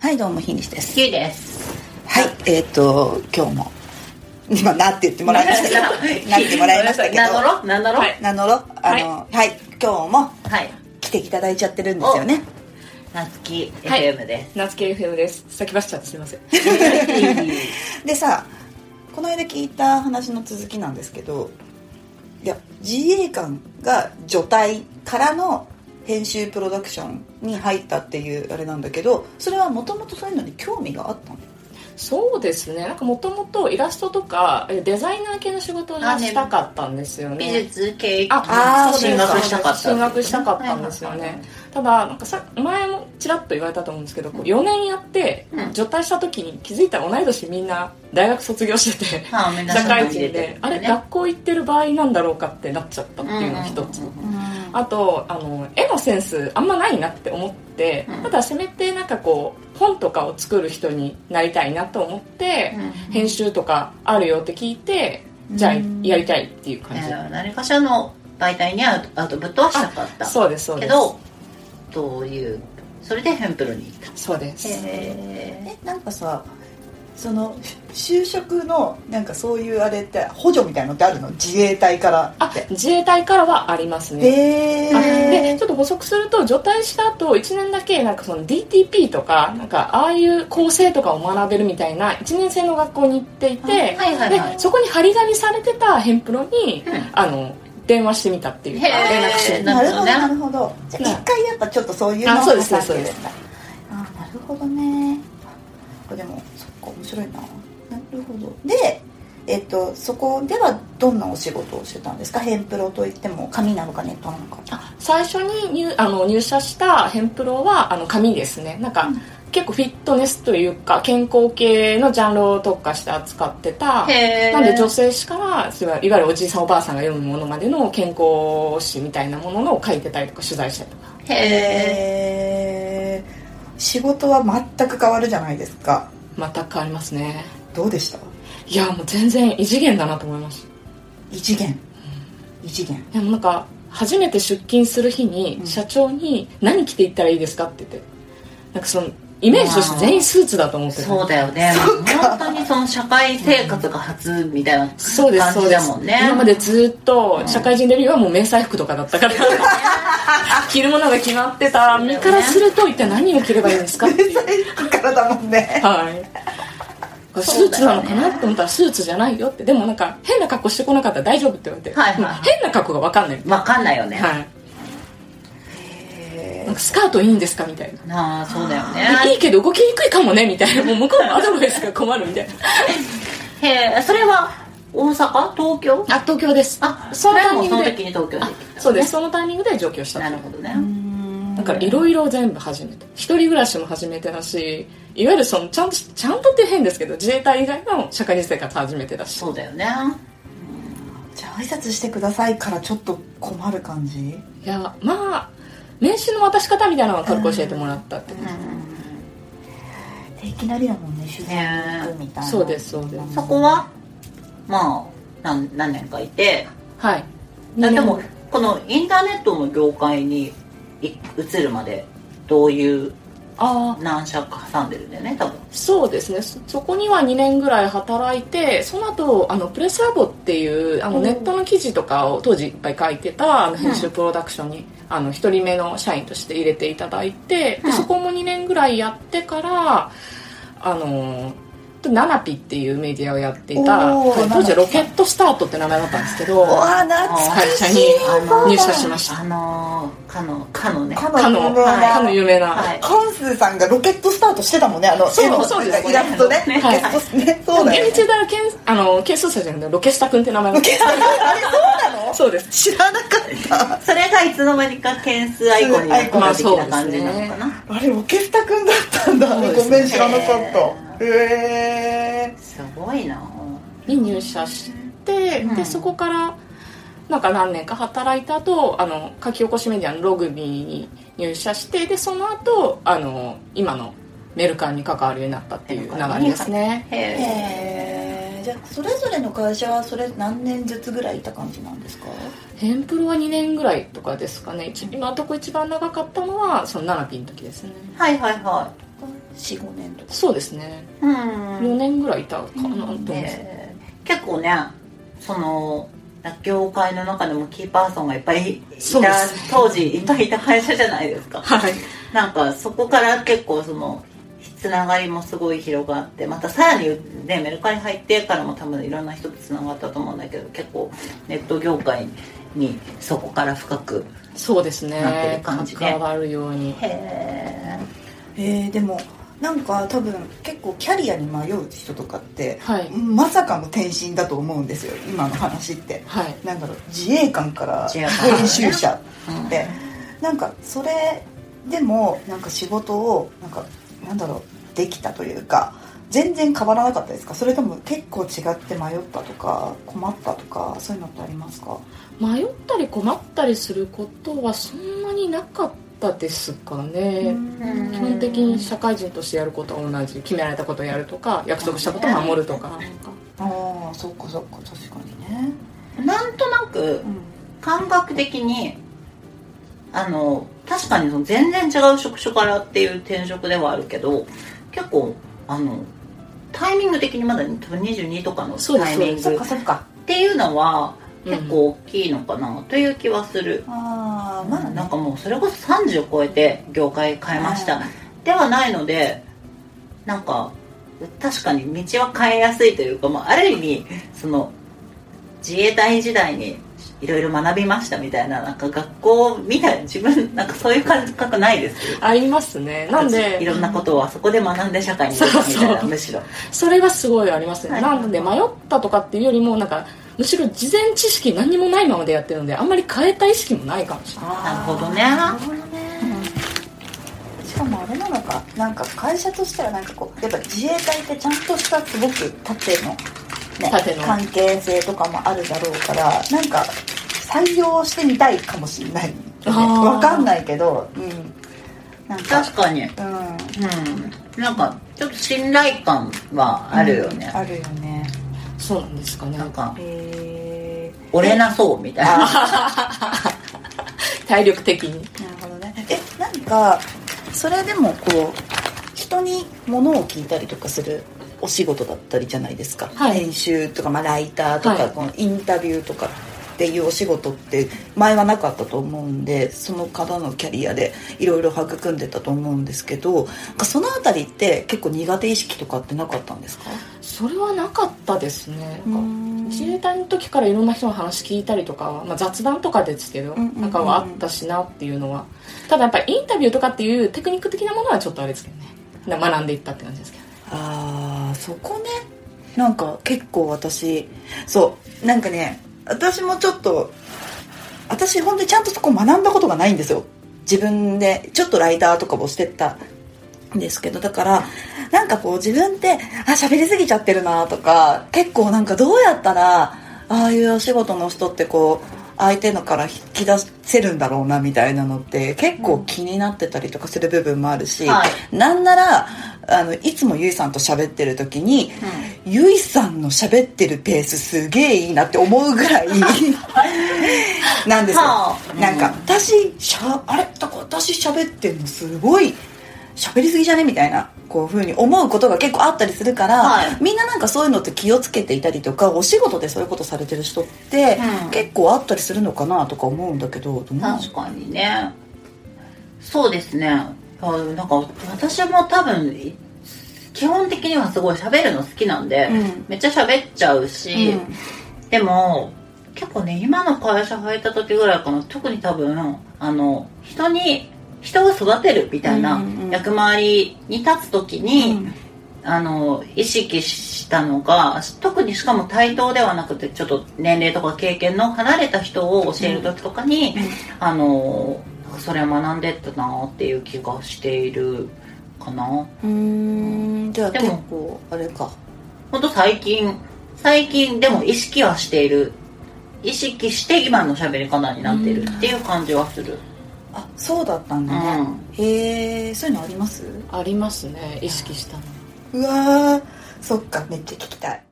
はいどうもひんぎですキュウです。はいえっ、と今日も今なって言ってもらいましたけど なってもらいましたけ名乗どろ名乗ろはいなのろあのはい、今日もはい。来ていただいちゃってるんですよねなつきはい FM です。夏系 FM です先走っちゃってすいません でさこの間聞いた話の続きなんですけどいや自衛官が除隊からの編集プロダクションに入ったっていうあれなんだけどそれはもともとそういうのに興味があったのそうですねなんかもともとイラストとかえデザイナー系の仕事がしたかったんですよね美術系あーに進学したかった。進学したかったんですよねただなんかさ前もちらっと言われたと思うんですけどこう4年やってうん除隊した時に気づいたら同い年みんな大学卒業して てはいはいはい。社会人でであれ学校行ってる場合なんだろうかってなっちゃったっていうのが一つあとあの絵のセンスあんまないなって思って、うんただせめてなんかこう本とかを作る人になりたいなと思って、編集とかあるよって聞いて、じゃあうんやりたいっていう感じ、何かしらの媒体にアウトアウトプットはしたかった。そうですそうでけすど、どういう、それでヘンプロに行った。そうですえなんかさその就職のなんかそういうあれって補助みたいのってあるの自衛隊からあ自衛隊からはありますねへあえでちょっと補足すると除隊した後1年だけなんかその DTP とかなんかああいう構成とかを学べるみたいな1年生の学校に行っていて、はいはいはいでそこに張り紙されてたヘンプロに、うんあの電話してみたっていうかへー連絡してでなるほどななるるほどじゃあね一回やっぱちょっとそういうのあそうですねそうですあなるほどねあでもそっか面白いななるほどでえっと、そこではどんなお仕事をしてたんですかヘンプロといっても紙なのかネットなのかあ最初に入あの入社したヘンプロはあの紙ですねなんか、うん結構フィットネスというか健康系のジャンルを特化して扱ってたへーなんで女性誌からそれはいわゆるおじいさんおばあさんが読むものまでの健康誌みたいなもののを書いてたりとか取材したりとへかえー、仕事は全く変わるじゃないですか全く変わりますねどうでしたいやもう全然異次元だなと思いました異次元異次元でもなんか初めて出勤する日にうん社長に「何着ていったらいいですか?」って言ってなんかそのイメージとして全員スーツだと思っーてるそうだよね。本当にその社会生活が初みたいなそうです感そうじでだすもんね今までずっと社会人レビューはもう迷彩服とかだったから 着るものが決まってた身からすると一体何を着ればいいんですかっていうからだもんねはいスそうーだツよなねのかなって思ったらスーツじゃないよってでもなんか変な格好してこなかったら大丈夫って言われて、はいはいはいうん変な格好が分かんない、わかんないよね。はい、なんかスカートいいんですかみたいななあそうだよいねいけど動きにくいかもねみたいなもう向こうもアドバイスが困るみたいなへえそれは大阪東京あ東京ですあそそのれタイもミそングので時に東京で来たそうですそのタイミングで上京したなるほどねだからいろいろ全部始めて一人暮らしも始めてたしいわゆるそのちゃんとちゃんとって変ですけど自衛隊以外の社会人生活始めてたしそうだよねじゃあ挨拶してくださいからちょっと困る感じいやまあ年収の渡し方みたいなのを軽く教えてもらったって、でいきなりだもんね取材に行くみたいな、そうですそうですそこはまあなん何年かいてはいでもこのインターネットの業界にい移るまでどういうああ何社か挟んでるんだよね多分そうですねそそこには2年ぐらい働いてその後あのプレスアボっていうあのうんネットの記事とかを当時いっぱい書いてたあの編集プロダクションに、あの1人目の社員として入れていただいて、でうんそこも2年ぐらいやってからあのナナピっていうメディアをやっていたおー当時はロケットスタートって名前だったんですけどうわ懐会社にあの入社しましたあのーかのかのねかかの有の名なかの有名な、はいカンスーさんがロケットスタートしてたもんねあのそう絵のそうですイラストねねロケットスねそうだ厳よね密に言ったらけんあの警視庁じゃなくてロケスタ君って名前だっロケットあれそうなのたそうです知らなか ったそれがいつの間にか件数アイコンになった的な感じなのかな、あれロケスタくんだったんだ、そうですごねめん知らなかったへえすごいなに入社して、うんでそこからなんか何年か働いた後あの書き起こしメディアのログビーに入社してでその後あの今のメルカンに関わるようになったっていう流れですねへえへえじゃあそれぞれの会社はそれ何年ずつぐらいいた感じなんですかヘンプロは2年ぐらいとかですかね一今のとこ一番長かったのはそのナナピの時ですねはいはいは45年とかそうですねうん4年ぐらいいたかなと思います、で結構ねその業界の中でもキーパーソンがいっぱいいそた、うですね当時いっぱいいた会社じゃないですかはいなんかそこから結構そのつながりもすごい広がってまたさらにねメルカリ入ってからも多分いろんな人とつながったと思うんだけど結構ネット業界にそこから深くそうですなってねる感じね関わるようにへええー、でもなんか多分結構キャリアに迷う人とかって、はいまさかの転身だと思うんですよ今の話ってはいなんだろう自衛官から自衛官からね編集者ってなんかそれでもなんか仕事をなんかなんだろうできたというか全然変わらなかったですかそれとも結構違って迷ったとか困ったとかそういうのってありますか迷ったり困ったりすることはそんなになかったですかね基本的に社会人としてやることは同じ決められたことをやるとか約束したことを守るとかなんかああそっかそっか確かにね、なんとなく感覚的にあの確かにその全然違う職種からっていう転職ではあるけど結構あのタイミング的にまだ多分22とかのそうでタすイミンそっグかそっかっていうのはうん結構大きいのかなという気はする、ああまあなんねかもうそれこそ30超えて業界変えました、ではないのでなんか確かに道は変えやすいというか、まあ、ある意味その自衛隊時代にいろいろ学びましたみたいななんか学校みたいな自分なんかそういう感覚ないですありますねなんいろでんなことをあそこで学んで社会に出たみたいなそうそうむしろそれがすごいありますはねいなんで迷ったとかっていうよりもなんかむしろ事前知識何にもないままでやってるのであんまり変えた意識もないかもしれないなるほどねなるほどね、しかもあれなのかなんか会社としてはなんかこうやっぱ自衛隊ってちゃんとしたすごく縦の,、ね、縦の関係性とかもあるだろうからなんか採用してみたいかもしれない、ね、あーわかんないけどうんなんか確かにうんうんなんかちょっと信頼感はあるよね、あるよねそうなんですかねなんかへえ俺なそうみたいなあ体力的にーなるほどねえなんかそれでもこう人に物を聞いたりとかするお仕事だったりじゃないですか、はい編集とか、まあ、ライターとか、はいこのインタビューとかっていうお仕事って前はなかったと思うんでその方のキャリアでいろいろ育んでたと思うんですけどなんかそのあたりって結構苦手意識とかってなかったんですかそれはなかったですねなんかうん自衛隊の時からいろんな人の話聞いたりとかは、まあ、雑談とかですけど、んうんうんなんかはあったしなっていうのはただやっぱりインタビューとかっていうテクニック的なものはちょっとあれですけどねな学んでいったって感じですけどあーそこねなんか結構私そうなんかね私もちょっと私ほんでちゃんとそこ学んだことがないんですよ自分でちょっとライターとかもしてったんですけどだからなんかこう自分ってあ喋りすぎちゃってるなとか結構なんかどうやったらああいうお仕事の人ってこう相手のから引き出せるんだろうなみたいなのって結構気になってたりとかする部分もあるし、はいなんならあのいつもゆいさんと喋ってる時に、ゆいさんの喋ってるペースすげえいいなって思うぐ らいなんですよ、はあなんか私しゃあれだから私喋ってんのすごい喋りすぎじゃねみたいなこういうふうに思うことが結構あったりするから、はいみんななんかそういうのって気をつけていたりとかお仕事でそういうことされてる人って、うん結構あったりするのかなとか思うんだけどどうなの確かにねそうですねあなんか私も多分い基本的にはすごい喋るの好きなんで、うんめっちゃ喋っちゃうし、でも結構ね今の会社入った時ぐらいかな特に多分あの人に人を育てるみたいなうんうんうん役回りに立つ時に、あの意識したのが特にしかも対等ではなくてちょっと年齢とか経験の離れた人を教える時とかに、うんうんあのそれを学んでったなっていう気がしているかなうんうーんじゃあで結も構あれかほんと最近最近でも意識はしている意識して今の喋り方になってるっていう感じはする、あそうだったんだね、へえそういうのありますありますね意識したのうわーそっかめっちゃ聞きたい